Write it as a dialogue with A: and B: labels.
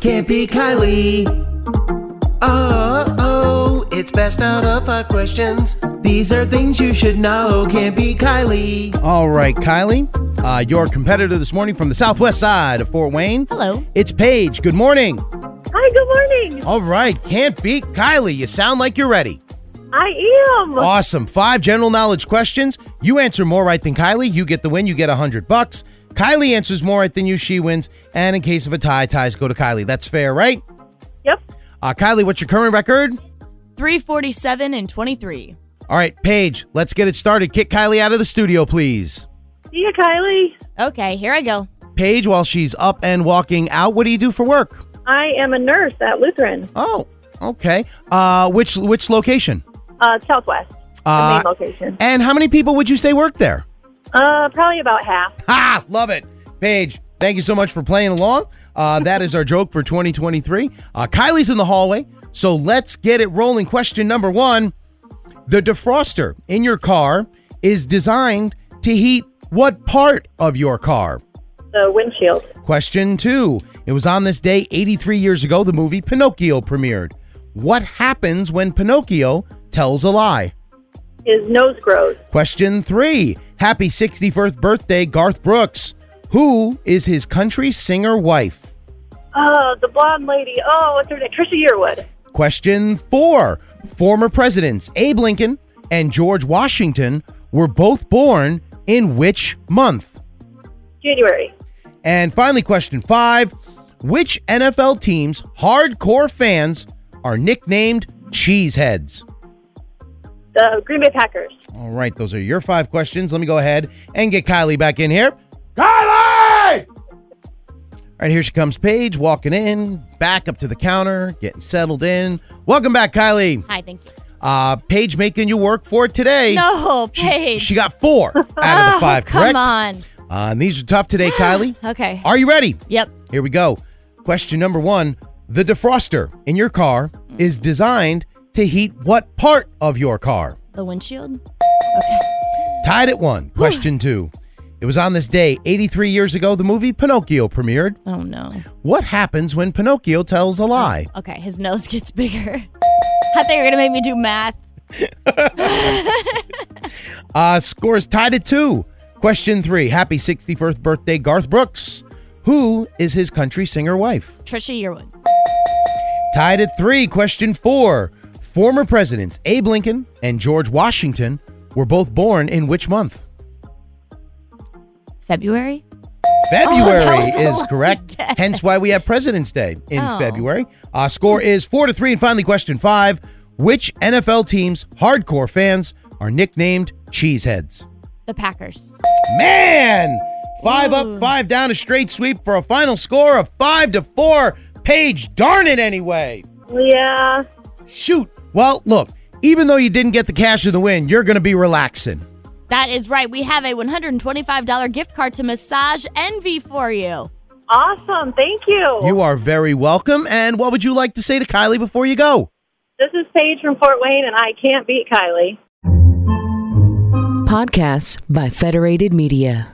A: Can't be Kylie. Oh, oh, it's best out of five questions. These are things you should know. Can't be Kylie.
B: All right, Kylie, uh, your competitor this morning from the southwest side of Fort Wayne.
C: Hello.
B: It's Paige. Good morning.
D: Hi, good morning.
B: All right, can't beat Kylie. You sound like you're ready.
D: I am.
B: Awesome. Five general knowledge questions. You answer more right than Kylie, you get the win, you get a 100 bucks. Kylie answers more right than you, she wins. And in case of a tie, ties go to Kylie. That's fair, right?
D: Yep.
B: Uh, Kylie, what's your current record?
C: 347 and 23.
B: All right, Paige, let's get it started. Kick Kylie out of the studio, please.
D: See ya, Kylie.
C: Okay, here I go.
B: Paige, while she's up and walking out, what do you do for work?
D: I am a nurse at Lutheran,
B: Oh, okay. Uh, which which location?
D: uh, Southwest,
B: Uh,
D: the main location.
B: And how many people would you say work there?
D: Uh, probably about half.
B: Ha! Love it. Paige, thank you so much for playing along. Uh, that is our joke for 2023. Uh, Kylie's in the hallway, so let's get it rolling. Question number one The defroster in your car is designed to heat what part of your car?
D: The windshield.
B: Question two It was on this day 83 years ago, the movie Pinocchio premiered. What happens when Pinocchio tells a lie?
D: His nose grows.
B: Question three. Happy 61st birthday, Garth Brooks. Who is his country singer wife?
D: Oh, the blonde lady. Oh, what's her name? Trisha Yearwood.
B: Question four. Former presidents Abe Lincoln and George Washington were both born in which month?
D: January.
B: And finally, question five. Which NFL team's hardcore fans are nicknamed cheeseheads?
D: The Green Bay Packers.
B: All right, those are your five questions. Let me go ahead and get Kylie back in here. Kylie! All right, here she comes, Paige, walking in, back up to the counter, getting settled in. Welcome back, Kylie.
C: Hi, thank you.
B: Uh, Paige making you work for it today.
C: No, Paige.
B: She got four out of the five,
C: oh, come
B: correct?
C: on.
B: Uh, and these are tough today, Kylie.
C: Okay.
B: Are you ready?
C: Yep.
B: Here we go. Question number one The defroster in your car
C: Mm.
B: is designed to heat what part of your car?
C: The windshield.
B: Tied at one. Question two. It was on this day, 83 years ago, the movie Pinocchio premiered.
C: Oh no.
B: What happens when Pinocchio tells a lie?
C: Okay, his nose gets bigger. I thought you were gonna make me do math.
B: Uh, scores tied at two. Question three. Happy 61st birthday, Garth Brooks. Who is his country singer wife?
C: Trisha Yearwood.
B: Tied at three. Question four. Former presidents Abe Lincoln and George Washington were both born in which month?
C: February.
B: February
C: Oh, that was a
B: is
C: lucky
B: correct.
C: guess.
B: Hence why we have President's Day in
C: Oh.
B: February. Uh, score is four to three. And finally, question five: Which NFL team's hardcore fans are nicknamed cheeseheads?
C: The Packers.
B: Man, five up, five down, a straight sweep for a final score of five to four. Paige, darn it, anyway.
D: Yeah.
B: Shoot. Well, look. Even though you didn't get the cash of the win, you're going to be relaxing.
C: That is right. We have a $125 gift card to Massage Envy for you.
D: Awesome. Thank you.
B: You are very welcome. And what would you like to say to Kylie before you go?
D: This is Paige from Fort Wayne, and I can't beat Kylie.
E: Podcasts by Federated Media.